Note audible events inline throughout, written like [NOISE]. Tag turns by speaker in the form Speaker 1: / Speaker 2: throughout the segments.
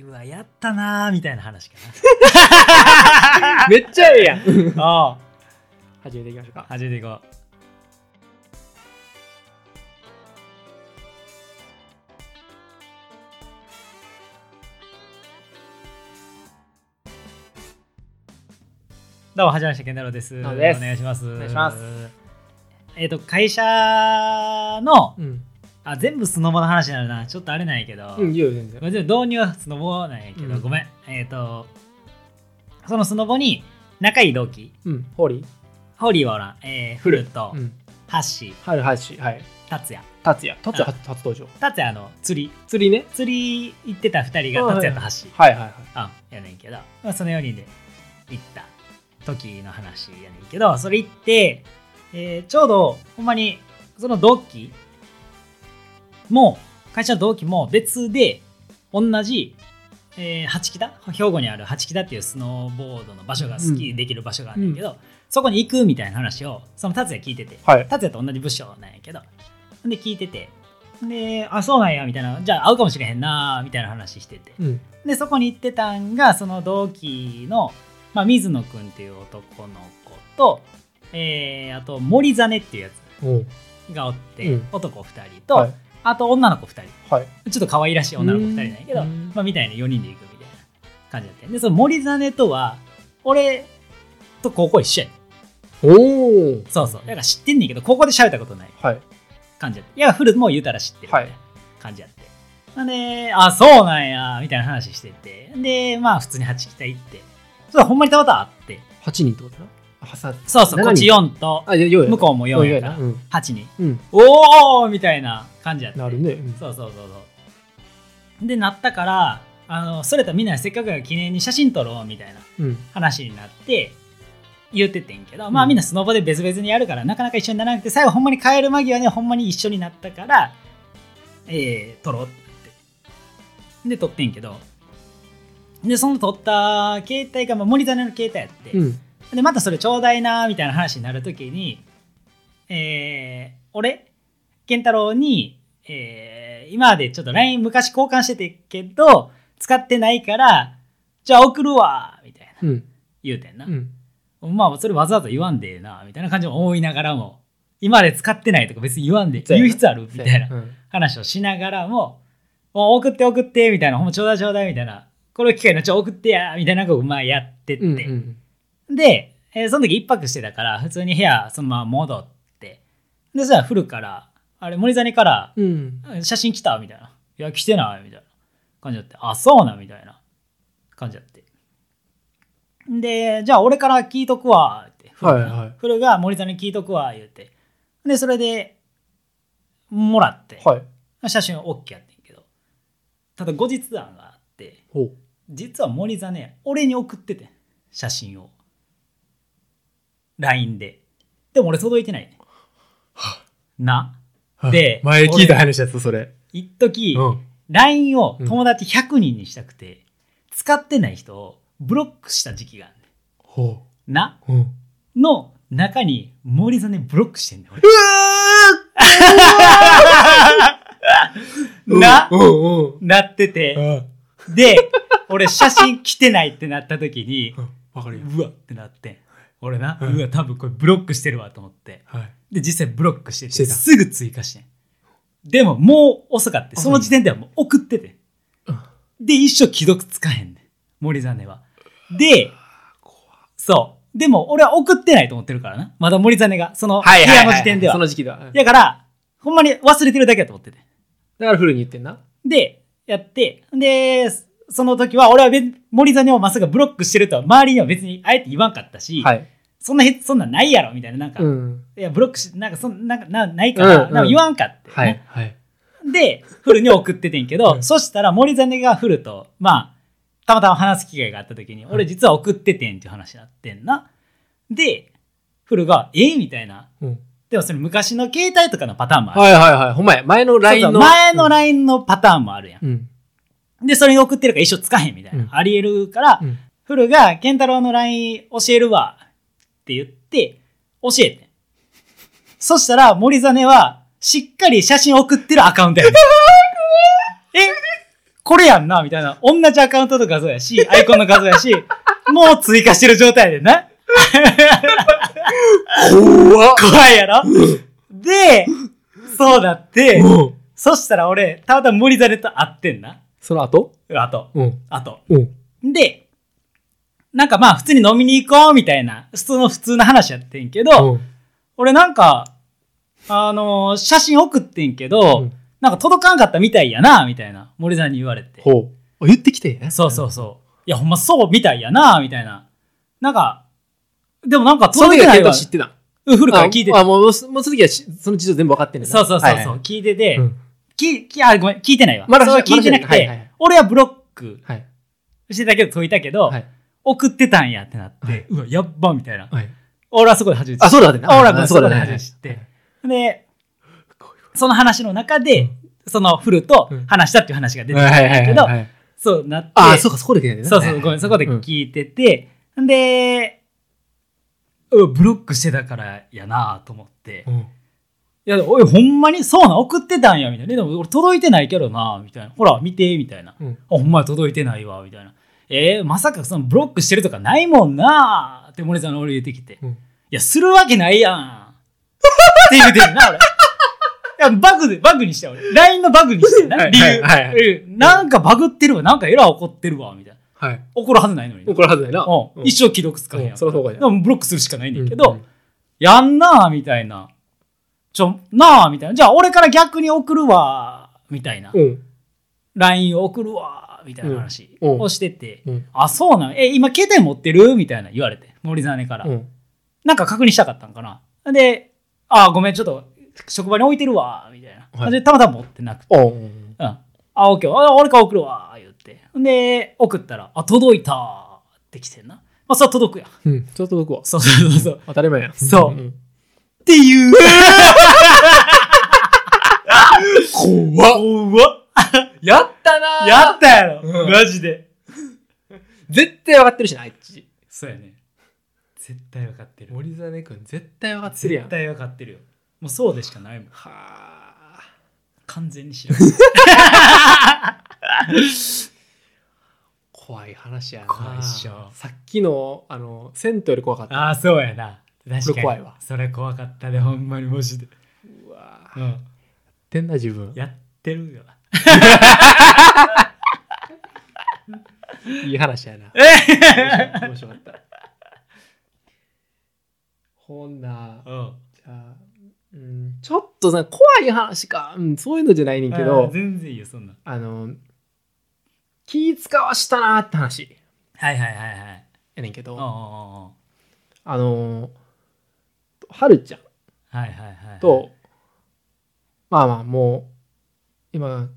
Speaker 1: うわやったなーみたいな話か
Speaker 2: [LAUGHS] めっちゃええやん [LAUGHS]
Speaker 1: なああ
Speaker 2: 始めていきましょうか
Speaker 1: 始めていこうどうもはじめまして健太郎です
Speaker 2: どうもです
Speaker 1: お願いします
Speaker 2: お願いします
Speaker 1: えっ、と会社の
Speaker 2: うん、
Speaker 1: あ全部スノボの話になるなちょっとあれなんやけど、
Speaker 2: うん、いいよ全然
Speaker 1: まあでも導入はスノボなんやけど、
Speaker 2: うん
Speaker 1: ごめんえっ、とそのスノボに仲いい同期
Speaker 2: うんホーリー
Speaker 1: ホーリーはおらん、えーフルと、
Speaker 2: うん
Speaker 1: ハッシー
Speaker 2: はいはいしはい
Speaker 1: 達也
Speaker 2: 達也達也
Speaker 1: あ
Speaker 2: 初初登場
Speaker 1: 達也あの釣り
Speaker 2: 釣りね
Speaker 1: 釣り行ってた2人
Speaker 2: あ
Speaker 1: が
Speaker 2: はい
Speaker 1: 達也とハッシー
Speaker 2: はいはいはい
Speaker 1: あやねんけど、まあ、その4人で行った時の話やねんけどそれ行って、えーちょうどほんまにその同期も会社の同期も別で同じ、えー八北兵庫にある八北っていうスノーボードの場所がスキーできる場所があるんだけど、そこに行くみたいな話をその達也聞いてて、
Speaker 2: はい
Speaker 1: 達也と同じ部署なんやけどで聞いててであそうなんやみたいなじゃあ会うかもしれへんなみたいな話してて
Speaker 2: うん
Speaker 1: でそこに行ってたんがその同期の、まあ、水野くんっていう男の子と、えーあと森実っていうや
Speaker 2: おう
Speaker 1: つがおって、
Speaker 2: うん
Speaker 1: 男2人と、
Speaker 2: はい
Speaker 1: あと女の子2人
Speaker 2: はい
Speaker 1: ちょっと可愛らしい女の子2人なんやけど、
Speaker 2: うん
Speaker 1: まあ、みたいな4人で行くみたいな感じだったよでその森実とは俺と高校一緒やねん
Speaker 2: おお
Speaker 1: そうそうだから知ってんねんけど高校で喋ったことない
Speaker 2: はい
Speaker 1: 感じやっていやフルも言うたら知ってるみたい
Speaker 2: は
Speaker 1: ない感じやって、なんであそうなんやみたいな話しててでまあ普通に八北行ってそうほんまにたまたまあって
Speaker 2: 八人ってことだなあはさ
Speaker 1: そうそうこ
Speaker 2: 七
Speaker 1: っち
Speaker 2: 人
Speaker 1: 4と
Speaker 2: あいやようや
Speaker 1: 向こうも
Speaker 2: よう
Speaker 1: 4
Speaker 2: や
Speaker 1: や
Speaker 2: な
Speaker 1: か
Speaker 2: う
Speaker 1: ら
Speaker 2: ん
Speaker 1: 8人
Speaker 2: うん
Speaker 1: おおみたいな感じやって
Speaker 2: なるねうん
Speaker 1: そうそうそうそうでなったからあのそれとみんなでせっかくやから記念に写真撮ろうみたいな
Speaker 2: うん
Speaker 1: 話になって言っててんけど、ま
Speaker 2: う
Speaker 1: あ
Speaker 2: ん
Speaker 1: みんなスノボで別々にやるからなかなか一緒にならなくて最後ほんまに帰る間際にほんまに一緒になったからえー、撮ろうってで撮ってんけどでその撮った携帯が、まあ、森種の携帯やって、
Speaker 2: うん
Speaker 1: でまたそれちょうだいなみたいな話になるときにえー、俺健太郎に、えー、今までちょっと LINE 昔交換しててけど使ってないからじゃあ送るわみたいな
Speaker 2: うん
Speaker 1: 言うてんな
Speaker 2: う、ん
Speaker 1: まあそれわざわざ言わんでええなみたいな感じも思いながらも今まで使ってないとか別に言わんで
Speaker 2: そうやな
Speaker 1: 言う必要あるみたいな
Speaker 2: うん
Speaker 1: 話をしながらももう送って送ってみたいなほんまちょうだいちょうだいみたいなこれを機会にちょ送ってやみたいなのをまあやってって、
Speaker 2: うんうん
Speaker 1: で、えーその時一泊してたから普通に部屋そのまま戻ってでそしたらフルからあれ森谷から
Speaker 2: うん
Speaker 1: 写真来たみたいな。いや、来てないみたいな感じだって。あ、そうなみたいな感じだって。で、じゃあ俺から聞いとくわって。フル
Speaker 2: はいはい
Speaker 1: フルが森田に聞いとくわ言って。で、それで、もらって、
Speaker 2: はい
Speaker 1: 写真は OK やってんけど。ただ後日談があって、
Speaker 2: ほう
Speaker 1: 実は森田ね、俺に送っててん、写真を。LINE で。でも俺届いてないね。な。で
Speaker 2: 前聞いた話やつそれ
Speaker 1: 一時、
Speaker 2: うん
Speaker 1: LINE を友達100人にしたくて、使ってない人をブロックした時期があるね
Speaker 2: ほ
Speaker 1: んな
Speaker 2: ううん
Speaker 1: の中に森さんねブロックしてんねん俺
Speaker 2: うん
Speaker 1: な
Speaker 2: うんうん
Speaker 1: なって
Speaker 2: う
Speaker 1: て
Speaker 2: ん
Speaker 1: で俺写真来てないってなった時に
Speaker 2: うんわかるよ
Speaker 1: うわってなってん俺な、
Speaker 2: うん
Speaker 1: うわ多分これブロックしてるわと思って
Speaker 2: はい
Speaker 1: で実際ブロックしてて
Speaker 2: してた
Speaker 1: すぐ追加してんでももう遅かってその時点ではもう送ってて
Speaker 2: うん
Speaker 1: で一生既読つかへんねん森真はでそうでも俺は送ってないと思ってるからなまだ森真がその部
Speaker 2: はいはい
Speaker 1: 屋
Speaker 2: はい
Speaker 1: の時点では,、
Speaker 2: その時期だ。うん
Speaker 1: だからほんまに忘れてるだけだと思ってて
Speaker 2: だからフルに言ってんな。
Speaker 1: でやってでその時は俺は別森真をまさかブロックしてるとは周りには別にあえて言わんかったし、
Speaker 2: はい。
Speaker 1: そんなへそんなんないやろみたいななんか、
Speaker 2: うん。
Speaker 1: いやブロックしなんかそんなんかなないから、
Speaker 2: うんうん
Speaker 1: なんか言わんかって、
Speaker 2: はい。はい。
Speaker 1: で、フルに送っててんけど、
Speaker 2: うん
Speaker 1: そしたら森真がフルと、まあ、たまたま話す機会があった時に、
Speaker 2: ん
Speaker 1: 俺実は送っててんっていう話になってんな。で、フルが、えみたいな。
Speaker 2: うん
Speaker 1: でもそれ昔の携帯とかのパターンもある。
Speaker 2: はいはいはい。ほんまや。前の
Speaker 1: そう
Speaker 2: LINE
Speaker 1: そう
Speaker 2: の。
Speaker 1: 前の LINE のパターンもあるやん。
Speaker 2: うん。
Speaker 1: で、それに送ってるから一生つかへんみたいな。
Speaker 2: うん
Speaker 1: ありえるから、
Speaker 2: うん。
Speaker 1: フルが、ケンタロウの LINE 教えるわって言って、教えてん。そしたら、
Speaker 2: [LAUGHS]
Speaker 1: 森真は、しっかり写真送ってるアカウントやねん。えこれやんな、みたいな。同じアカウントの画像やし、アイコンの画像や
Speaker 2: [LAUGHS]
Speaker 1: し、もう追加してる状態でな。
Speaker 2: 怖っ
Speaker 1: 怖いやろで、そうだって、
Speaker 2: うん
Speaker 1: そしたら俺、たまたま無理ザレと会ってんな。
Speaker 2: その後
Speaker 1: あと、
Speaker 2: うん。
Speaker 1: あと。
Speaker 2: うん。
Speaker 1: で、なんかまあ普通に飲みに行こうみたいな、普通の普通な話やってんけど、
Speaker 2: うん
Speaker 1: 俺なんか、あのー写真送ってんけど、
Speaker 2: うん
Speaker 1: なんか届かんかったみたいやな、みたいな、森さんに言われて。
Speaker 2: ほう。あ言ってきてね。
Speaker 1: そうそうそう。いや、ほんまそうみたいやな、みたいな。なんか、でもなんか
Speaker 2: その
Speaker 1: 届い
Speaker 2: 時
Speaker 1: てな
Speaker 2: は
Speaker 1: い
Speaker 2: 結
Speaker 1: わ
Speaker 2: 構。知ってた。
Speaker 1: うん古から聞いてて
Speaker 2: あ、あもう、もうその時はしその事情全部分かってんねんな
Speaker 1: そうそうそうそう、
Speaker 2: はいはい
Speaker 1: 聞いてて、
Speaker 2: うん
Speaker 1: ききあごめん聞いてないわ。
Speaker 2: まだ
Speaker 1: それは聞いてなくて、
Speaker 2: まだはいはい
Speaker 1: 俺はブロック
Speaker 2: はい。
Speaker 1: してたけど、解いたけど、
Speaker 2: はい。
Speaker 1: 送ってたんやってなって、
Speaker 2: はいう
Speaker 1: わ、やっばみたいな。
Speaker 2: はい。
Speaker 1: 俺はそこで初めて知
Speaker 2: あ、
Speaker 1: って。
Speaker 2: そうだね。
Speaker 1: あ俺はごめん
Speaker 2: あ
Speaker 1: そ
Speaker 2: そう
Speaker 1: こ
Speaker 2: だ
Speaker 1: で初
Speaker 2: ね。
Speaker 1: めて知って。で、その話の中で、そのフルと話したっていう話が出てきたん
Speaker 2: はい
Speaker 1: だ
Speaker 2: は
Speaker 1: け
Speaker 2: い
Speaker 1: ど、
Speaker 2: はいはい。
Speaker 1: そうなって、
Speaker 2: あ、そうか、そこで聞いて
Speaker 1: そうそう、ごめん、そこで聞いてて、で、うわブロックしてたからやなと思って、いや、おい、ほんまに、そうなん、送ってたんや、みたいな。でも、俺届いてないけどなみたいな。ほら、見て、みたいな。あ、
Speaker 2: うん
Speaker 1: ほんまや届いてないわ、みたいな。えー、まさかそのブロックしてるとかないもんなって森さんの俺言ってきて。
Speaker 2: うん
Speaker 1: いや、するわけないやん。って言うてるな、俺。いや、バグで、バグにして、俺。LINE のバグにしてな、
Speaker 2: はい
Speaker 1: 理由。
Speaker 2: はいはい
Speaker 1: うんなんかバグってるわ、なんかエラー起こってるわ、みたいな。
Speaker 2: はい。
Speaker 1: 怒るはずないのにな。
Speaker 2: 怒るはずないな。
Speaker 1: うん一生既読つかへんや。
Speaker 2: うんんその方がいい
Speaker 1: で
Speaker 2: な
Speaker 1: もブロックするしかないねんだけ
Speaker 2: う
Speaker 1: ど
Speaker 2: ん、
Speaker 1: やんなあみたいな。ちょ、なあみたいな。じゃあ俺から逆に送るわみたいな
Speaker 2: う。ん。
Speaker 1: LINE を送るわみたいな話
Speaker 2: うんうん
Speaker 1: をしてて
Speaker 2: うん。
Speaker 1: あ、そうなのえ、今携帯持ってるみたいな言われて。森ザネから
Speaker 2: う。ん。
Speaker 1: なんか確認したかったんかな。で、あ、ごめん、ちょっと職場に置いてるわみたい
Speaker 2: は
Speaker 1: な。
Speaker 2: い
Speaker 1: で、たまたま持ってなくて。
Speaker 2: うん。
Speaker 1: うん。あ、OK。あ俺から送るわ言って。で、送ったら、あ、届いたって来てんな。まあ、それは届くやん。
Speaker 2: うん。ちょっと僕は。
Speaker 1: そうそうそうそう。
Speaker 2: 当たり前や。。
Speaker 1: そうんっていう。
Speaker 2: 怖っ
Speaker 1: うわ
Speaker 2: やったなー
Speaker 1: やったやろ、
Speaker 2: うん
Speaker 1: マジで。
Speaker 2: 絶対分かってるしな、あいつ。
Speaker 1: そうやね。絶対分かってる。
Speaker 2: 森実君、絶対分かってるやん。
Speaker 1: 絶対分かってるよ。もうそうでしかないもん。
Speaker 2: はあ。
Speaker 1: 完全に知らない。
Speaker 2: 怖い話やな。
Speaker 1: 怖いっしょ
Speaker 2: さっきの、あの、銭湯より怖かった。
Speaker 1: ああ、そうやな。確か
Speaker 2: こ
Speaker 1: に。
Speaker 2: れ怖いわ
Speaker 1: それ怖かったで、ほんまにマジで。
Speaker 2: うわ
Speaker 1: う
Speaker 2: ーやっ
Speaker 1: ん。
Speaker 2: てんな、自分。
Speaker 1: やってるよ。
Speaker 2: いい話やな。
Speaker 1: え
Speaker 2: 面白かった。 [LAUGHS] ほんな、
Speaker 1: [LAUGHS] うん。
Speaker 2: じゃあ、うん、ちょっとさ、怖い話か、うん、そういうのじゃないねんけ
Speaker 1: あー
Speaker 2: ど、
Speaker 1: 全然いいよ、そんなん。
Speaker 2: あの、気使わしたなーって話
Speaker 1: はいはいはいはい。
Speaker 2: やねんけど、
Speaker 1: おうおうおうおう
Speaker 2: あの、はるちゃん
Speaker 1: はいはいはい。
Speaker 2: と、まあまあ、もう、今、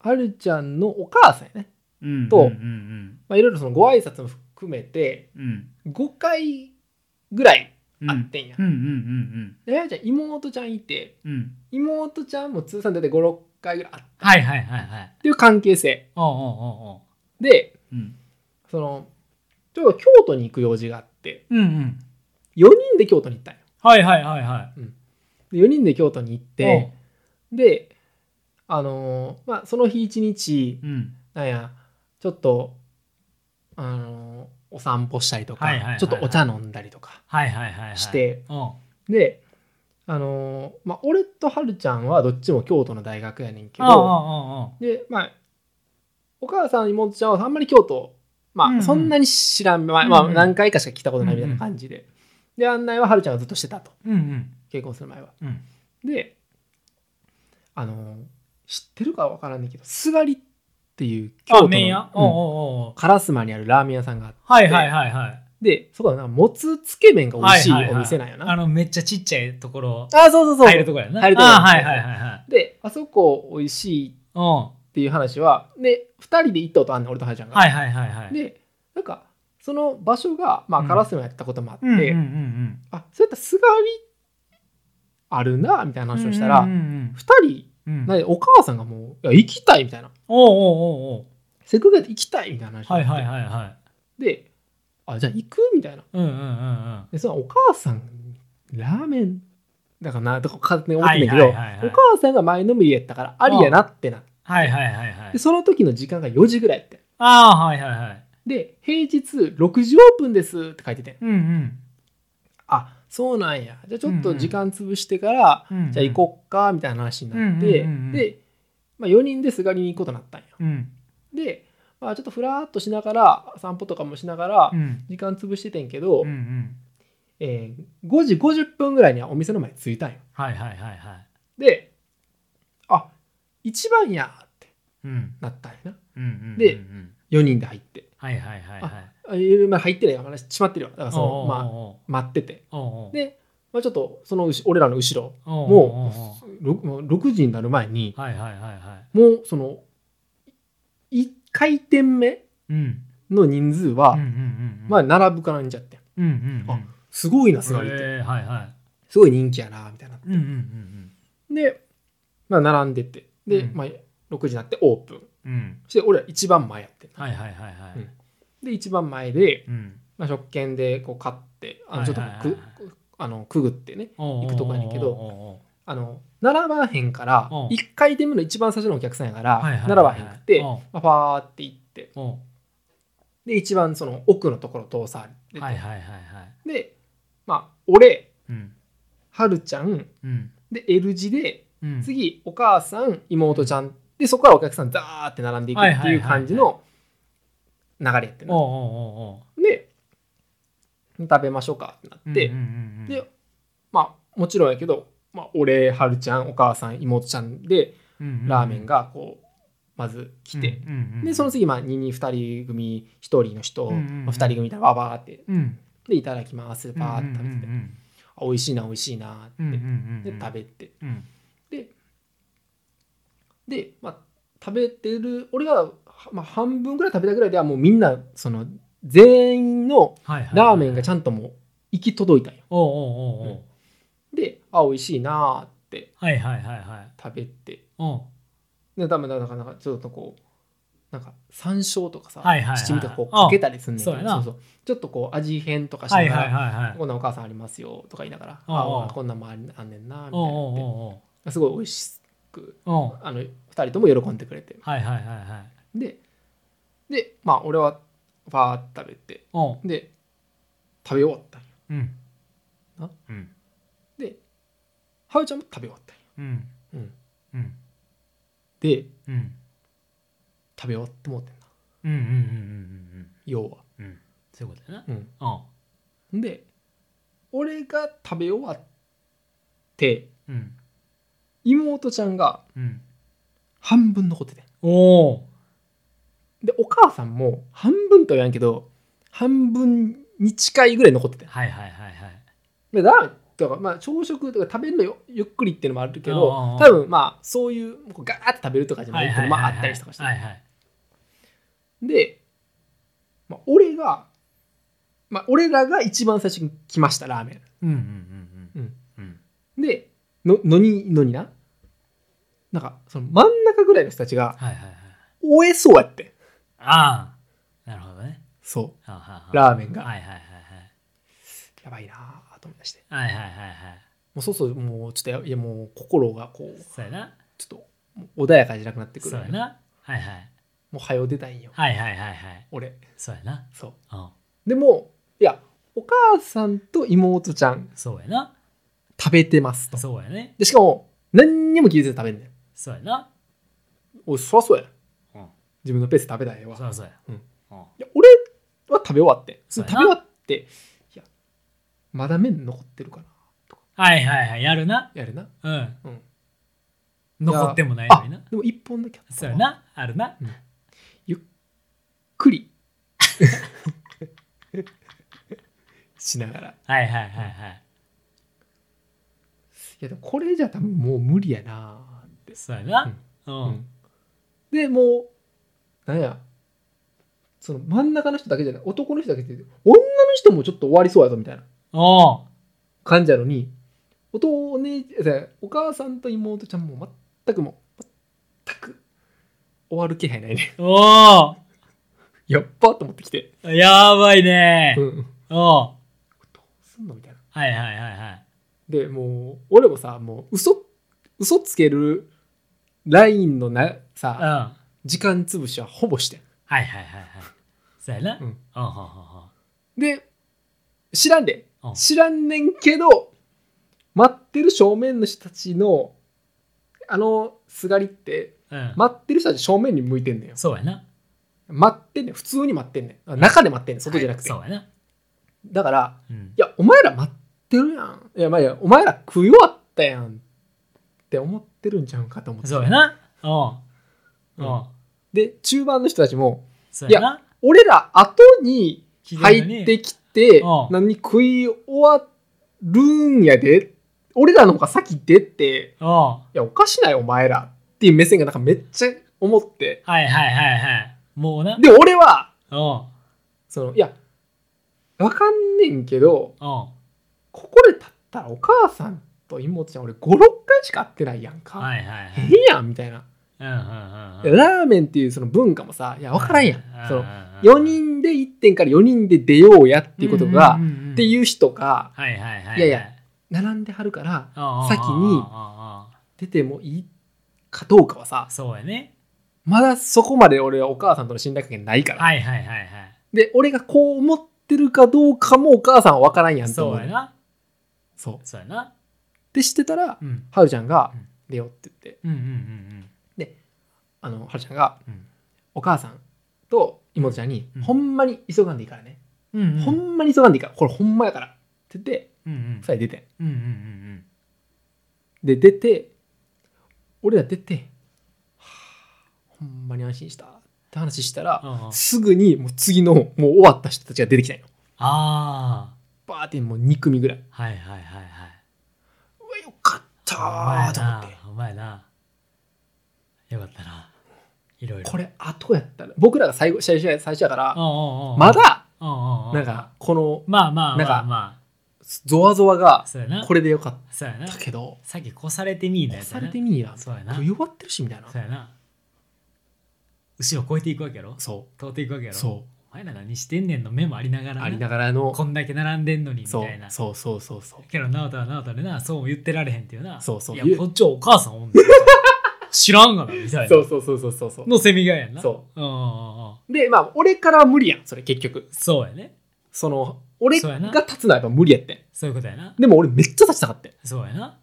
Speaker 2: はるちゃんのお母さんやね、
Speaker 1: うん、
Speaker 2: と
Speaker 1: うんうん
Speaker 2: まあ、いろいろそのご挨拶も含めて、
Speaker 1: うん。うん。
Speaker 2: 5回ぐらい
Speaker 1: うん
Speaker 2: あってんや。
Speaker 1: うんうんうん
Speaker 2: ではるちゃん、妹ちゃんいて、
Speaker 1: うん。うん。
Speaker 2: 妹ちゃんも通算大体56回ぐらいあっ
Speaker 1: はいはいはいはい。
Speaker 2: ていう関係性
Speaker 1: おうおうおうおう。
Speaker 2: で
Speaker 1: うん。
Speaker 2: そのちょうど京都に行く用事があって
Speaker 1: うんうん。
Speaker 2: 4人で京都に行ったんよ
Speaker 1: はいはいはいはい。
Speaker 2: で4人で京都に行ってであのーまあその日一日
Speaker 1: うん、うん。
Speaker 2: なんやちょっとあのーお散歩したりとか、
Speaker 1: はいはいはいはい
Speaker 2: ちょっとお茶飲んだりとか
Speaker 1: はいはいはい、はい。
Speaker 2: して、
Speaker 1: うん。あ
Speaker 2: であのーまあ俺とはるちゃんはどっちも京都の大学やねんけど
Speaker 1: ああ
Speaker 2: でまあお母さん妹ちゃんはあんまり京都まあ、
Speaker 1: うんうん
Speaker 2: そんなに知らん、まあま
Speaker 1: うん
Speaker 2: あ、
Speaker 1: うん
Speaker 2: 何回かしか来たことないみたいな感じで、で案内ははるちゃんがずっとしてたと
Speaker 1: うんうん。
Speaker 2: 結婚する前は、
Speaker 1: うん
Speaker 2: であの知ってるかわからんねんけどすがりっていう京
Speaker 1: あ、
Speaker 2: 都
Speaker 1: 麺屋
Speaker 2: の、
Speaker 1: おうお
Speaker 2: うん
Speaker 1: うおう
Speaker 2: 烏丸にあるラーメン屋さんがあって
Speaker 1: はいはいはいはい。
Speaker 2: でそこはなもつつけ麺が美味しいお店なんやな、
Speaker 1: あの、めっちゃちっちゃいところ、
Speaker 2: あそうそうそう
Speaker 1: 入るところやな。
Speaker 2: 入るとこ
Speaker 1: あはいはいはいはい。
Speaker 2: であそこ美味しいっ
Speaker 1: うん。は
Speaker 2: ていう話はで2人で行ったことあんねん俺とはるちゃんが、
Speaker 1: いはいはいはい。
Speaker 2: でなんかその場所がまあ
Speaker 1: うん
Speaker 2: カラスもやったこともあって、
Speaker 1: うんうんうん
Speaker 2: あそういったすがりあるなみたいな
Speaker 1: うん。
Speaker 2: 話をしたら、
Speaker 1: う
Speaker 2: 二
Speaker 1: んうん
Speaker 2: 2人
Speaker 1: うんうん。
Speaker 2: なんでお母さんがもう「いや行きたい」みたいな
Speaker 1: おうおうおうおう
Speaker 2: 「せっかくやって行きたい」みたいな話
Speaker 1: はい
Speaker 2: になっ
Speaker 1: は
Speaker 2: て
Speaker 1: いはいはい。
Speaker 2: であじゃあ行くみたいな
Speaker 1: うんうんうんうん。
Speaker 2: でそのお母さんラーメンだからなとか勝手に思っ
Speaker 1: は
Speaker 2: てん
Speaker 1: い
Speaker 2: だけ
Speaker 1: はい
Speaker 2: ど、
Speaker 1: はいはい
Speaker 2: お母さんが前のめりやったからありやなってなっ
Speaker 1: はいはいはいはい
Speaker 2: で。その時の時間が4時ぐらいって
Speaker 1: ああ、はいはいはい。
Speaker 2: で平日6時オープンですって書いてて
Speaker 1: うんうん。
Speaker 2: あそうなんやじゃあちょっ
Speaker 1: うん
Speaker 2: と
Speaker 1: うん
Speaker 2: 時間潰してから、
Speaker 1: うんうん
Speaker 2: じゃあ行こっかみたいな話になって、
Speaker 1: うんうんうんうん
Speaker 2: で、まあ、4人ですがりに行くことになったんよ
Speaker 1: うん。
Speaker 2: で、まあ、ちょっとふらーっとしながら散歩とかもしながら
Speaker 1: うん。
Speaker 2: 時間潰しててんけど、
Speaker 1: うんうん。
Speaker 2: えー5時50分ぐらいにはお店の前に着いたんよ
Speaker 1: はいはいはいはい。
Speaker 2: であ一番やって
Speaker 1: うん。
Speaker 2: なったんやな
Speaker 1: うんうん。
Speaker 2: で
Speaker 1: うん
Speaker 2: 4人で入って
Speaker 1: はいはいはいはい。
Speaker 2: あいやまあ入ってないよまだ閉まってるよだからそ
Speaker 1: おう
Speaker 2: の
Speaker 1: おう
Speaker 2: まあ、待ってて
Speaker 1: おうおうおう
Speaker 2: で、まあ、ちょっとその後俺らの後ろ
Speaker 1: おうおう
Speaker 2: もうろもう6時になる前に
Speaker 1: おうはいはいはいは
Speaker 2: もうその1回転目
Speaker 1: い。うん。
Speaker 2: の人数
Speaker 1: う
Speaker 2: は
Speaker 1: んう、んうん。
Speaker 2: まあ、並ぶからんじゃってん
Speaker 1: うんうんうん。
Speaker 2: あすごいなす
Speaker 1: す
Speaker 2: ご
Speaker 1: ごい。
Speaker 2: いって、
Speaker 1: はいはい。
Speaker 2: すごい人気やなみたいな
Speaker 1: うんうんうん
Speaker 2: で、まあ、並んでってで、
Speaker 1: うん
Speaker 2: まあ、6時になってオープン
Speaker 1: うん。うん。
Speaker 2: して俺ら一番前やってん
Speaker 1: はいはいはいは
Speaker 2: うん
Speaker 1: い。
Speaker 2: で一番前で、
Speaker 1: うん。
Speaker 2: まあ、食券でこう買ってあのちょっと
Speaker 1: はいはい
Speaker 2: く、
Speaker 1: はい
Speaker 2: あのくぐってね
Speaker 1: 行
Speaker 2: 行くとこやねんけど
Speaker 1: は
Speaker 2: あの並ばへんから
Speaker 1: うん
Speaker 2: 1回転目の一番最初のお客さんやから、
Speaker 1: いはいはい。
Speaker 2: 並ばへんくて、
Speaker 1: おう
Speaker 2: まあ、ファーって行って
Speaker 1: おう
Speaker 2: で一番その奥のところ通されて、
Speaker 1: はいはいはいはい。
Speaker 2: でまあ俺
Speaker 1: うん。
Speaker 2: はるちゃん
Speaker 1: うん。
Speaker 2: で L 字で
Speaker 1: うん。
Speaker 2: 次お母さん妹ちゃんでそこからお客さんザーって並んでいくっていう感じの流れやってん
Speaker 1: お
Speaker 2: な
Speaker 1: うおうおうおう。
Speaker 2: で食べましょうかってなって、
Speaker 1: うんうんうんうん、
Speaker 2: でまあもちろんやけど、まあ、俺はるちゃんお母さん妹ちゃんで
Speaker 1: うんうんうん
Speaker 2: ラーメンがこうまず来て、、
Speaker 1: うんうんうん
Speaker 2: でその、次、まあ、2人2人組1人の人、
Speaker 1: うんうんうん
Speaker 2: まあ、2人組みたいなわばーって
Speaker 1: うん、
Speaker 2: でいただきますバーって食べてて、
Speaker 1: うん
Speaker 2: あ美味しいな美味しいなって、
Speaker 1: うんうん、
Speaker 2: で食
Speaker 1: べ、
Speaker 2: べて
Speaker 1: うん
Speaker 2: で、まあ、食べてる俺が、まあ、半分ぐらい食べたぐらいではもうみんなその全員の
Speaker 1: はいはいはい、
Speaker 2: ラーメンがち
Speaker 1: んと
Speaker 2: ゃんともう行き届いたんよ。
Speaker 1: おうおうおうおう、
Speaker 2: であ美味しいなって
Speaker 1: はいはいはいはい
Speaker 2: 食べて
Speaker 1: おう
Speaker 2: で多分なんかなんかちょっとこうなんか山椒とかさ、
Speaker 1: はいはいはい
Speaker 2: 七味とかこうかけたりすんねんけ
Speaker 1: あ
Speaker 2: ど
Speaker 1: そうやな
Speaker 2: そうちょっとこう味変とかし
Speaker 1: は
Speaker 2: ないがら
Speaker 1: はいはいはい
Speaker 2: こんなお母さんありますよとか言いながら、
Speaker 1: うん
Speaker 2: あこんなんもありあんねんなみたい
Speaker 1: お
Speaker 2: な
Speaker 1: う
Speaker 2: っ
Speaker 1: おう
Speaker 2: て
Speaker 1: おう
Speaker 2: すごい美味しく
Speaker 1: おうおう
Speaker 2: あの2人とも喜んでくれて
Speaker 1: はいはいはいはい
Speaker 2: ででまあ俺はファーッと食べて
Speaker 1: おう
Speaker 2: で食べ終わったんよ
Speaker 1: うん
Speaker 2: な
Speaker 1: うん
Speaker 2: でハウちゃんも食べ終わったんよ
Speaker 1: うん
Speaker 2: うん
Speaker 1: うん
Speaker 2: で
Speaker 1: うん
Speaker 2: 食べ終わってもうてんな
Speaker 1: うんうんうんうん
Speaker 2: 要は
Speaker 1: うんうんそういうことやな
Speaker 2: うん
Speaker 1: おう
Speaker 2: で俺が食べ終わって
Speaker 1: うん
Speaker 2: 妹ちゃんが
Speaker 1: うん
Speaker 2: 半分残っててん
Speaker 1: おう
Speaker 2: でお母さんも半分とは言わんけど半分に近いぐらい残ってて
Speaker 1: はいはいはいはい
Speaker 2: でラーメンとか、まあ、朝食とか食べるのよゆっくりっていうのもあるけど
Speaker 1: うんうんうん
Speaker 2: 多分まあそういうこうガーって食べるとかじゃないっていうのもあったりとかして、
Speaker 1: はいはい
Speaker 2: で、まあ、俺が、まあ、俺らが一番最初に来ましたラーメ
Speaker 1: うんうんうんうんうん
Speaker 2: ンでののにのにななんかその真ん中ぐらいの人たちが
Speaker 1: はいはいはい
Speaker 2: 終えそうやって
Speaker 1: ああなるほどね
Speaker 2: そ
Speaker 1: はあはあはあ
Speaker 2: うラーメンが
Speaker 1: はいはいはい
Speaker 2: やばいなぁと思い出して
Speaker 1: はいはいはいはいはい
Speaker 2: もうそうそうもうちょっとやいやもう心がこう
Speaker 1: そうやな
Speaker 2: ちょっと穏やかじゃなくなってく
Speaker 1: そ
Speaker 2: る
Speaker 1: うやなはいはい
Speaker 2: もう早う出たいんよ
Speaker 1: はいはいはいはい
Speaker 2: 俺
Speaker 1: そうやな
Speaker 2: そう
Speaker 1: うん
Speaker 2: でもいやお母さんと妹ちゃん
Speaker 1: そうやな
Speaker 2: 食べてますと
Speaker 1: そうやね
Speaker 2: でしかも何にも気づいて食べんねん
Speaker 1: そうやな
Speaker 2: おいそらそうや
Speaker 1: うん
Speaker 2: 自分のペースで食べたいわ
Speaker 1: そうやそうや
Speaker 2: うん
Speaker 1: うん
Speaker 2: いや俺は食べ終わって
Speaker 1: そ
Speaker 2: 食
Speaker 1: う
Speaker 2: べ
Speaker 1: やな
Speaker 2: 終わっていやまだ麺残ってるかな
Speaker 1: はいはいはいやるな
Speaker 2: やるな
Speaker 1: うん
Speaker 2: うん
Speaker 1: 残ってもない
Speaker 2: あ
Speaker 1: のにな
Speaker 2: でも1本だけあった
Speaker 1: そう
Speaker 2: わ
Speaker 1: やなあるな
Speaker 2: ゆっくりしながらい
Speaker 1: はいはいはいはい
Speaker 2: やでもこれじゃ多分もう無理やなって
Speaker 1: そうやなうんうん
Speaker 2: でもうなんやその真ん中の人だけじゃない男の人だけって女の人もちょっと終わりそうやぞみたいな
Speaker 1: おう
Speaker 2: 感じやのにお父お姉じゃあお母さんと妹ちゃんも全くもう全く終わる気配ないね [LAUGHS]
Speaker 1: お
Speaker 2: やっばと思ってきて、
Speaker 1: うやばいね
Speaker 2: うん、どう
Speaker 1: おう
Speaker 2: すんのみたいな
Speaker 1: はいはいはいはい
Speaker 2: でもう俺もさもう嘘嘘つける LINE のな
Speaker 1: うん。
Speaker 2: さ、
Speaker 1: はい
Speaker 2: 時間潰しはほぼしてん
Speaker 1: はいはいはい。そうやな。
Speaker 2: うん
Speaker 1: ほうほうほうほう
Speaker 2: で知らんで
Speaker 1: うん
Speaker 2: 知らんねんけど待ってる正面の人たちのあのすがりって
Speaker 1: うん。
Speaker 2: 待ってる人たち正面に向いてんねんよ
Speaker 1: そうやな。
Speaker 2: 待ってんねん普通に待ってんねん中で待ってんねん外じゃなくて、
Speaker 1: はいそうやな。
Speaker 2: だから
Speaker 1: うん
Speaker 2: い。やお前ら待ってるやんいやまあいやお前ら食い終わったやんって思ってるんちゃうんかと思って
Speaker 1: そうやな。おう
Speaker 2: うん
Speaker 1: おう
Speaker 2: で中盤の人たちも
Speaker 1: そうやな。
Speaker 2: 俺ら後に入って
Speaker 1: き
Speaker 2: きて
Speaker 1: うん
Speaker 2: 何食い終わるんやで俺らの方が先出って
Speaker 1: おう
Speaker 2: いやおかしないお前らっていう目線がなんかめっちゃ思って
Speaker 1: はいはいはいはい。もうな。
Speaker 2: で俺は
Speaker 1: おう
Speaker 2: そのいやわかんねんけど
Speaker 1: おう
Speaker 2: ここで立ったらお母さんと妹ちゃん俺56回しか会ってないやんか、
Speaker 1: はいはいはい。
Speaker 2: ええやんみたいな、
Speaker 1: うんうんうんうん。
Speaker 2: ラーメンって [LAUGHS] いうその文化もさいやわからんやん、その
Speaker 1: 四
Speaker 2: 4人で1点から4人で出ようやっていうことが、って
Speaker 1: う
Speaker 2: いう人が
Speaker 1: んうんうんうん。はいはいはい。
Speaker 2: いやいや並んではるから
Speaker 1: おうおうおうおうおう、
Speaker 2: 先に出てもいいかどうかはさ
Speaker 1: そうやね。
Speaker 2: まだそこまで俺はお母さんとの信頼関係ないから、
Speaker 1: はいはいはいはい。
Speaker 2: で俺がこう思ってるかどうかもお母さんは分からんやんと
Speaker 1: そ
Speaker 2: 思
Speaker 1: う
Speaker 2: う
Speaker 1: やな。
Speaker 2: そう
Speaker 1: そうやな。
Speaker 2: でしてたら
Speaker 1: うん。
Speaker 2: はるちゃんが
Speaker 1: うん
Speaker 2: 「出よう」って言って
Speaker 1: うんうんうん
Speaker 2: あのはるちゃんが
Speaker 1: うん
Speaker 2: お母さんと妹ちゃんに
Speaker 1: うん
Speaker 2: 「ほんまに急がんでいいからね、
Speaker 1: うん。うんうん
Speaker 2: ほんまに急がんでいいからこれほんまやから」って言って
Speaker 1: うんうん
Speaker 2: 2人出てん
Speaker 1: うんうんうん
Speaker 2: で出て俺ら出てはあ「ほんまに安心した」って話したら、
Speaker 1: うんうん。あ
Speaker 2: すぐにもう次のもう終わった人たちが出てきたんよ
Speaker 1: あ
Speaker 2: バーってもう2組ぐらい
Speaker 1: ー。はいはいはいはい。
Speaker 2: うわよかったーと思って
Speaker 1: お前なお前なよかったないろいろ
Speaker 2: これ後やったら僕らが最後最初や最初やからま
Speaker 1: ま
Speaker 2: だ
Speaker 1: な
Speaker 2: なんかこの
Speaker 1: まあまあ
Speaker 2: なん
Speaker 1: ま
Speaker 2: か
Speaker 1: あま
Speaker 2: ゾワゾワが
Speaker 1: あそうやな
Speaker 2: これでよかっ
Speaker 1: そうやな
Speaker 2: たけど
Speaker 1: さっき越されてみーだ
Speaker 2: 越
Speaker 1: やつ
Speaker 2: さ
Speaker 1: や
Speaker 2: れ
Speaker 1: な
Speaker 2: てみいや
Speaker 1: そうやな
Speaker 2: 食い終わってるしみたいな
Speaker 1: そうやな後ろ越えていくわけやろ
Speaker 2: そ
Speaker 1: 通っていくわけや
Speaker 2: う
Speaker 1: ろ
Speaker 2: そ
Speaker 1: お前ら何してんねんの目もありながら
Speaker 2: う
Speaker 1: な
Speaker 2: ありながらの
Speaker 1: こんだけ並んでんのにみた
Speaker 2: そう
Speaker 1: いな
Speaker 2: そうそうそうそう
Speaker 1: けど直人は直人でなそうも言ってられへんっていうな
Speaker 2: そうそう
Speaker 1: やこっちはお母さんおんねん [LAUGHS] 知らんがなみたいな
Speaker 2: そうそうそうそうそうそう
Speaker 1: のセミがやんな
Speaker 2: そ
Speaker 1: うんうんうんうん
Speaker 2: でまあ俺からは無理やんそれ結局
Speaker 1: そうやね
Speaker 2: その俺
Speaker 1: そうやな
Speaker 2: が立つのはやっぱ無理やってん
Speaker 1: そういうことやな
Speaker 2: でも俺めっちゃ立ちたかってん
Speaker 1: そうやな。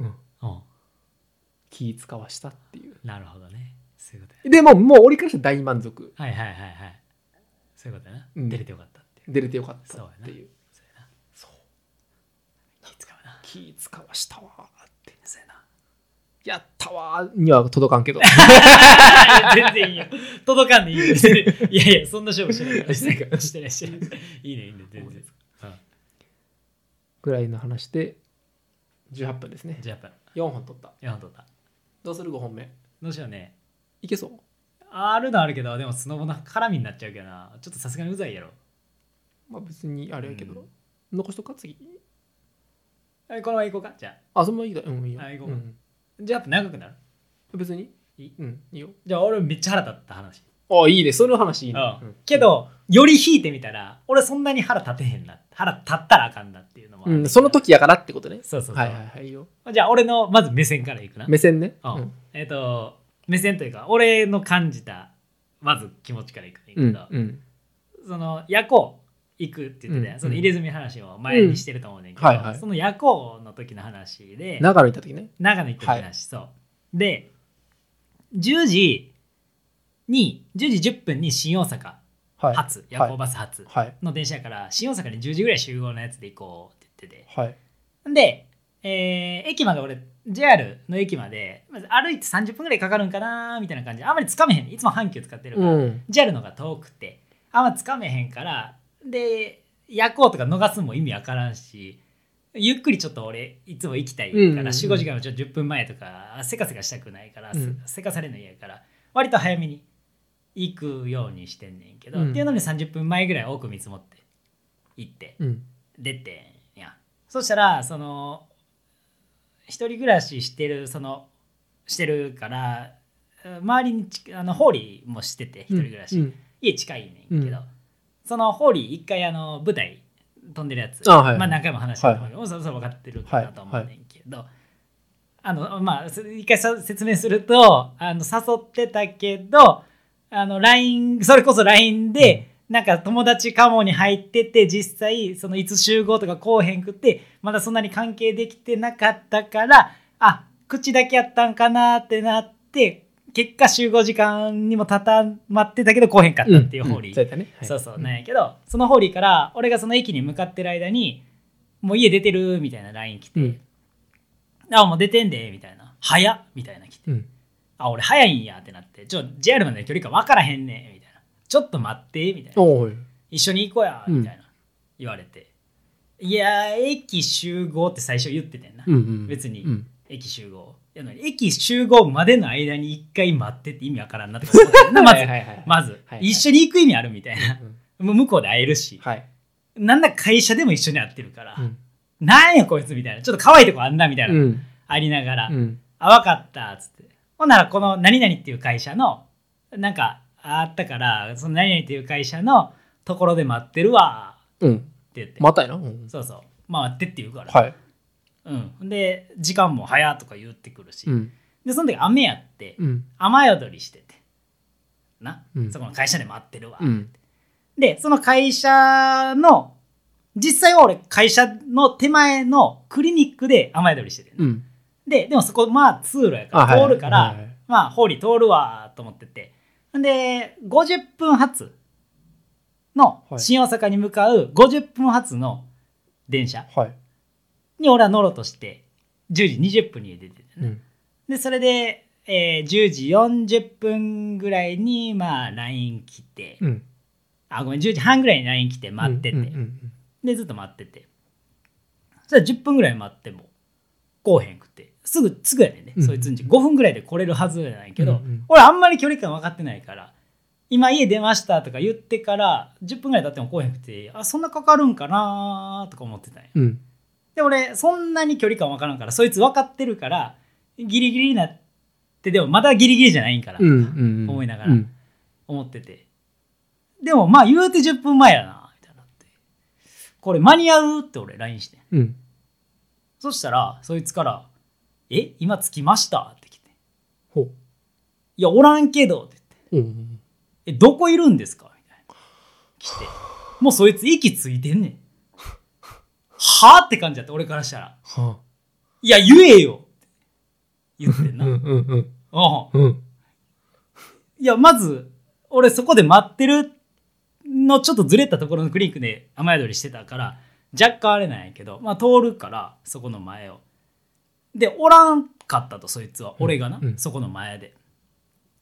Speaker 2: うん
Speaker 1: うん。
Speaker 2: 気使わしたっていう
Speaker 1: なるほどね。そういうことや。
Speaker 2: でももう俺からしたら大満足
Speaker 1: はいはいはいはい。そういうことやな。
Speaker 2: うん
Speaker 1: 出れてよかったっていう。
Speaker 2: 出れてよかったっていう
Speaker 1: そうやな。
Speaker 2: そう
Speaker 1: 気使うな。
Speaker 2: 気使わしたわーって
Speaker 1: そうや
Speaker 2: やったわーには届かん [LAUGHS] けど
Speaker 1: な。 [LAUGHS] 全然いいよ。届かんでいいよ。いやいや、そんな勝負してないから。
Speaker 2: [LAUGHS] してないから
Speaker 1: してないしてない。いいねいいね、全然。うん
Speaker 2: ぐらいの話で18分ですね
Speaker 1: じゃあやっぱ、
Speaker 2: 4本取った
Speaker 1: 4本取った。
Speaker 2: どうする5本目
Speaker 1: どうしようね。
Speaker 2: いけそう
Speaker 1: あるのはあるけど、でもスノボの絡みになっちゃうけどな。ちょっとさすがにうざいやろ。
Speaker 2: まあ別にあれやけど、
Speaker 1: うん
Speaker 2: 残しとくか次
Speaker 1: はい、このまま行こうか。じゃあ。
Speaker 2: あそのままいいだうんいいよ、
Speaker 1: あいこう
Speaker 2: うん、
Speaker 1: じゃあやっぱ長くなる。
Speaker 2: 別に
Speaker 1: いい
Speaker 2: うんいいよ
Speaker 1: じゃあ俺めっちゃ腹立った話。
Speaker 2: あいいねその話いいね、
Speaker 1: う
Speaker 2: うんん、
Speaker 1: けど、より引いてみたら、俺そんなに腹立てへんな。腹立ったらあかんなっていうのもあ
Speaker 2: う
Speaker 1: る
Speaker 2: ん、その。時やからってことね
Speaker 1: そうそうそう。
Speaker 2: はいはいはいいいよ
Speaker 1: じゃあ、俺のまず目線からいくな。
Speaker 2: 目線ね、
Speaker 1: うん
Speaker 2: うん
Speaker 1: えっ、と、目線というか、俺の感じた、まず気持ちからいくねんけ
Speaker 2: うん
Speaker 1: ど、
Speaker 2: うん
Speaker 1: その、夜行行くって言ってたやん
Speaker 2: うん
Speaker 1: その入れ墨話を前にしてると思うねんけど、
Speaker 2: うんはいはい
Speaker 1: その夜行の時の話で、
Speaker 2: 長野行った時ね
Speaker 1: 長野行った時の話、そう。で、10時に、10時10分に新大阪
Speaker 2: はい
Speaker 1: 発、夜行バス発。
Speaker 2: はい
Speaker 1: の電車やから新大阪に10時ぐらい集合のやつで行こうって言って
Speaker 2: はい
Speaker 1: てんで、えー駅まで俺 JR の駅までまず歩いて30分ぐらいかかるんかなーみたいな感じであまりつかめへんいつも阪急使ってるから、
Speaker 2: ん
Speaker 1: JR の方が遠くてあんまつかめへんからで夜行とか逃すのも意味わからんしゆっくりちょっと俺いつも行きたいから、
Speaker 2: うんうんうん
Speaker 1: 45時間のちょっと10分前とかせかせかしたくないから、
Speaker 2: うん
Speaker 1: せかされるの嫌やから割と早めに行くようにしてんねんけど、
Speaker 2: うん
Speaker 1: っていうので30分前ぐらい多く見積もって行って
Speaker 2: うん
Speaker 1: 出てんやそしたらその一人暮らししてるそのしてるから周りにちあのホーリーもしてて一人暮らし、
Speaker 2: うん
Speaker 1: 家近いねんけど、
Speaker 2: うん
Speaker 1: そのホーリー一回あの舞台飛んでるやつ
Speaker 2: あはい
Speaker 1: まあ、何回も話したと思うけど、そろそろ分かってるかなと思うねんけど、あのまあす一回さ説明するとあの誘ってたけどあの LINE それこそ LINE で、なんか友達カモに入ってて実際そのいつ集合とかこうへんくってまだそんなに関係できてなかったからあ口だけやったんかなってなって結果集合時間にもたたまってたけどこうへんかったっていうホーリー。
Speaker 2: そうやったね。はい
Speaker 1: そうそうなんやけどそのホーリーから俺がその駅に向かってる間にもう家出てるみたいな LINE 来て
Speaker 2: うん。
Speaker 1: 「あもう出てんで」みたいな「早っ」みたいな来て
Speaker 2: うん。
Speaker 1: 「あ俺早いんや」ってなって「ちょ JR までの距離感分からへんねん」みたいな「ちょっと待って」みたいな
Speaker 2: おー
Speaker 1: 「一緒に行こうや」
Speaker 2: うん
Speaker 1: みたいな言われて「いやー駅集合」って最初言っててんな、
Speaker 2: うんうん。
Speaker 1: 別に
Speaker 2: うん。
Speaker 1: 駅集合やのに駅集合までの間に一回待ってって意味わからんなってことだよなま
Speaker 2: [LAUGHS] は
Speaker 1: ず
Speaker 2: いはいはい。
Speaker 1: まず、
Speaker 2: はい
Speaker 1: 一緒に行く意味あるみたいな
Speaker 2: うん
Speaker 1: もう向こうで会えるし、
Speaker 2: はい。
Speaker 1: なんだ会社でも一緒に会ってるから、
Speaker 2: うん
Speaker 1: なんやこいつみたいな、ちょっと可愛いとこあんなみたいな、
Speaker 2: うん。
Speaker 1: ありながら、
Speaker 2: うん。
Speaker 1: あ、わかった、つって。ほんなら、この何々っていう会社の、なんかあったから、その何々っていう会社のところで待ってるわ、
Speaker 2: うん。
Speaker 1: って言って。
Speaker 2: またやな。うん
Speaker 1: そうそう。待ってって言うから。
Speaker 2: はい。
Speaker 1: うん。で、時間も早とか言ってくるし。
Speaker 2: うん。
Speaker 1: で、その時雨やって、
Speaker 2: うん。
Speaker 1: 雨宿りしてて。な、
Speaker 2: うん
Speaker 1: そこの会社で待ってるわ。
Speaker 2: うん。
Speaker 1: で、その会社の、実際は俺、会社の手前のクリニックで雨宿りしてて、
Speaker 2: うん。
Speaker 1: で、でもそこ、まあ通路やか
Speaker 2: あは
Speaker 1: ら、
Speaker 2: い
Speaker 1: 通るから、
Speaker 2: はいはい
Speaker 1: まあ、ホーリー通るわと思ってて。んで、50分発の
Speaker 2: はい
Speaker 1: 新大阪に向かう50分発の電車
Speaker 2: はい。
Speaker 1: に俺は乗ろうとして、10時20分に出てて、
Speaker 2: う
Speaker 1: ね
Speaker 2: ん。
Speaker 1: で、それで、えー10時40分ぐらいに、まあ、LINE 来て、
Speaker 2: うん。
Speaker 1: あ、ごめん、10時半ぐらいに LINE 来て待ってて、
Speaker 2: うんうんうん
Speaker 1: でずっと待っててそれ10分ぐらい待っても来おへんくてすぐすぐやねんね、
Speaker 2: うん
Speaker 1: そいつんち5分ぐらいで来れるはずやないけど、
Speaker 2: うんうん
Speaker 1: 俺あんまり距離感分かってないから今家出ましたとか言ってから10分ぐらい経っても来おへんくてあそんなかかるんかなーとか思ってたんや
Speaker 2: うん。
Speaker 1: で俺そんなに距離感分からんからそいつ分かってるからギリギリになってでもまだギリギリじゃないんから、
Speaker 2: うん。うん。
Speaker 1: 思いながら
Speaker 2: うん
Speaker 1: 思っててでもまあ言うて10分前やなみたいになってこれ間に合うって俺 LINE してん
Speaker 2: うん。
Speaker 1: そしたら、そいつから、え今着きましたって来て。
Speaker 2: ほう。
Speaker 1: いや、おらんけどって言って。
Speaker 2: おー
Speaker 1: え、どこいるんですかみたいな。来て。もうそいつ息ついてんねん。はぁって感じだって、俺からしたら。
Speaker 2: はい
Speaker 1: や、言えよって言ってんな。
Speaker 2: あ。 [LAUGHS] う
Speaker 1: うん
Speaker 2: ん。うん。うん。うん。
Speaker 1: いや、まず、俺そこで待ってるの、ちょっとずれたところのクリニックで雨宿りしてたから、若干あれなんやけど、まあ通るから、そこの前を。で、おらんかったと、そいつは。俺がな、
Speaker 2: うん
Speaker 1: そこの前で。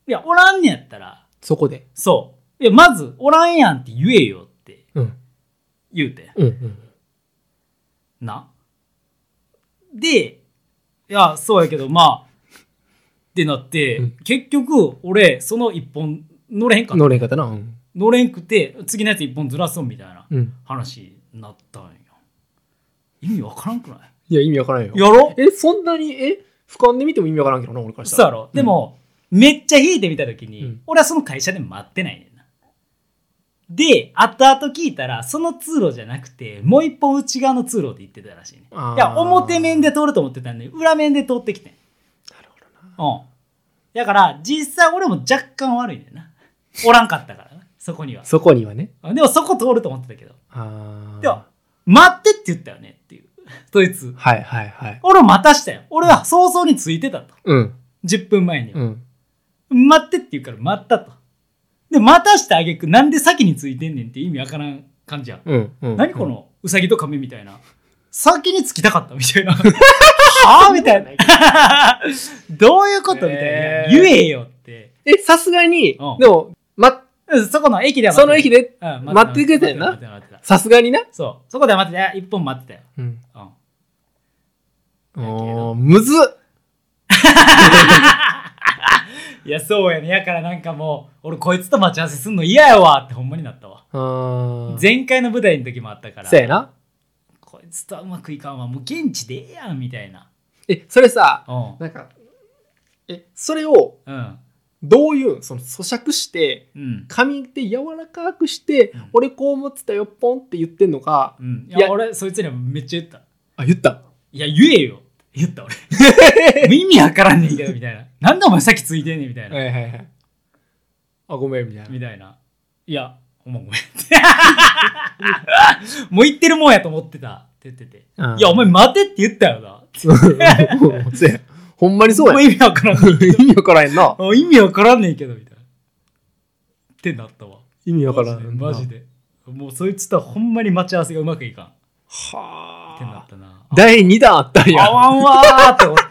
Speaker 1: いや、おらんねやったら、
Speaker 2: そこで。
Speaker 1: そう。いや、まず、おらんやんって言えよって
Speaker 2: うん。
Speaker 1: 言うて。
Speaker 2: うん。うん。
Speaker 1: な。で、いや、そうやけど、まあ、ってなって、
Speaker 2: うん
Speaker 1: 結局、俺、その一本乗れへんかった
Speaker 2: 乗れんかったな。うん。
Speaker 1: 乗れんくて次のやつ一本ずらそうみたいな
Speaker 2: うん。
Speaker 1: 話になったんよ意味わからんくない
Speaker 2: いや、意味わからんよ。
Speaker 1: やろ
Speaker 2: え、そんなに、え、俯瞰で見ても意味わからんけどな、俺からした
Speaker 1: そう
Speaker 2: ら。
Speaker 1: やろでも、めっちゃ引いてみた時に、
Speaker 2: うん
Speaker 1: 俺はその会社で待ってないねんなで後々聞いたらその通路じゃなくてもう一本内側の通路で行ってたらしいね
Speaker 2: あー
Speaker 1: いや表面で通ると思ってたのに裏面で通ってきてん
Speaker 2: なるほどな。
Speaker 1: うんだから実際俺も若干悪いねんなおらんかったからなそこには
Speaker 2: そこにはね。
Speaker 1: でもそこ通ると思ってたけど
Speaker 2: あー
Speaker 1: では、待ってって言ったよねっていう。 [LAUGHS] そいつ。
Speaker 2: はいはいはい。
Speaker 1: 俺を待たしたよ。俺は早々に着いてたと。
Speaker 2: うん。
Speaker 1: 10分前には。
Speaker 2: うん。
Speaker 1: 待ってって言うから待ったと。で、待たしてあげく、なんで先に着いてんねんって意味わからん感じやん。
Speaker 2: うん。うん。
Speaker 1: 何こ
Speaker 2: うん
Speaker 1: のウサギとカメみたいな。先に着きたかったみ
Speaker 2: [LAUGHS]
Speaker 1: たいな。はあみたいな。どういうことみたいな。
Speaker 2: えー
Speaker 1: 言えよって。
Speaker 2: え、さすがに
Speaker 1: うん、
Speaker 2: でも、ま、
Speaker 1: うんそこの駅では
Speaker 2: その駅
Speaker 1: で。
Speaker 2: で、
Speaker 1: うん
Speaker 2: 待ってくれたよな
Speaker 1: 待ってた待ってた待って
Speaker 2: さすがにな。
Speaker 1: たそう。そこでは待ってた。一本待ってたよ。
Speaker 2: うん。
Speaker 1: うん。
Speaker 2: おーむずっ
Speaker 1: いや、そうやね。やからなんかもう、俺こいつと待ち合わせすんの嫌やわってほんまになったわ。
Speaker 2: あー
Speaker 1: 前回の舞台の時もあったから
Speaker 2: そ、うやな。
Speaker 1: こいつとはうまくいかんわ。もう現地でええやんみたいな。
Speaker 2: え、それさ、
Speaker 1: うん。
Speaker 2: なんか、え、それを、
Speaker 1: うん。
Speaker 2: どういうんその咀嚼して、
Speaker 1: うん。
Speaker 2: 紙で柔らかくして、
Speaker 1: うん
Speaker 2: 俺こう思ってたよ、ポンって言ってんのか。
Speaker 1: うん、い
Speaker 2: いや
Speaker 1: や、俺、そいつにはめっちゃ言った。
Speaker 2: あ、言った。
Speaker 1: いや、言えよ。言った俺
Speaker 2: [LAUGHS]
Speaker 1: もう意味わからんねんけどみたいななんでお前さっきついてんねんみたいな、
Speaker 2: はいはいはい。あ、ごめんみたいな。
Speaker 1: みたいないやお前ごめん [LAUGHS] もう言ってるもんやと思ってたって言ってて、
Speaker 2: うん
Speaker 1: いやお前待てって言ったよな
Speaker 2: [LAUGHS] うんそうやほんまにそう
Speaker 1: もう
Speaker 2: や。
Speaker 1: 意味わからんねん
Speaker 2: 意味わからへ
Speaker 1: [LAUGHS]
Speaker 2: んな。
Speaker 1: もう意味わからんねんけどみたいなってなったわ
Speaker 2: 意味わからんな。
Speaker 1: マジでマジでもうそいつとはほんまに待ち合わせがうまくいかんってな
Speaker 2: は
Speaker 1: っ
Speaker 2: あ。
Speaker 1: たな
Speaker 2: 第2弾あったん
Speaker 1: 合
Speaker 2: や。
Speaker 1: わんわーって思って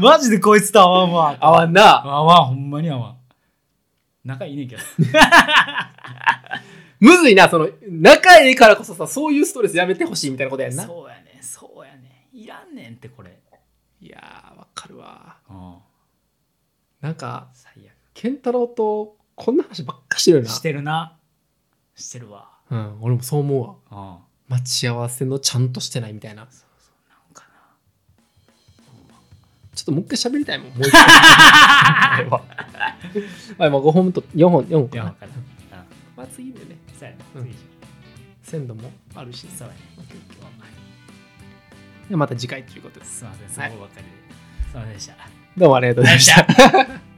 Speaker 1: マジでこいつと合わんわーって
Speaker 2: あわんな。
Speaker 1: 合わんほんまに合わん仲いいねんけど
Speaker 2: むずいな、その、仲いいからこそさ、そういうストレスやめてほしいみたいなことやんな。
Speaker 1: そうやねんそうやねんいらんねんってこれ
Speaker 2: いやー、わかるわ。
Speaker 1: うん
Speaker 2: なんか、
Speaker 1: 最悪
Speaker 2: 健太郎とこんな話ばっかしてるよな。
Speaker 1: してるなしてるわ
Speaker 2: うん、俺もそう思うわ。
Speaker 1: うんな
Speaker 2: 待ち合わせのちゃんとしてないみたいな。ちょ
Speaker 1: んかな
Speaker 2: っともう一回喋りたい [LAUGHS] もん。もう一回。はい、まあ5本と4本、4本
Speaker 1: い
Speaker 2: か
Speaker 1: やわ
Speaker 2: な。
Speaker 1: かるうん
Speaker 2: まあ次でね、
Speaker 1: そうやね
Speaker 2: うん
Speaker 1: 次
Speaker 2: 鮮度もあるし、
Speaker 1: そうやね
Speaker 2: でまた次回ということです。
Speaker 1: すいませんそこばっかりですいませんでした
Speaker 2: どうもありがとうございました。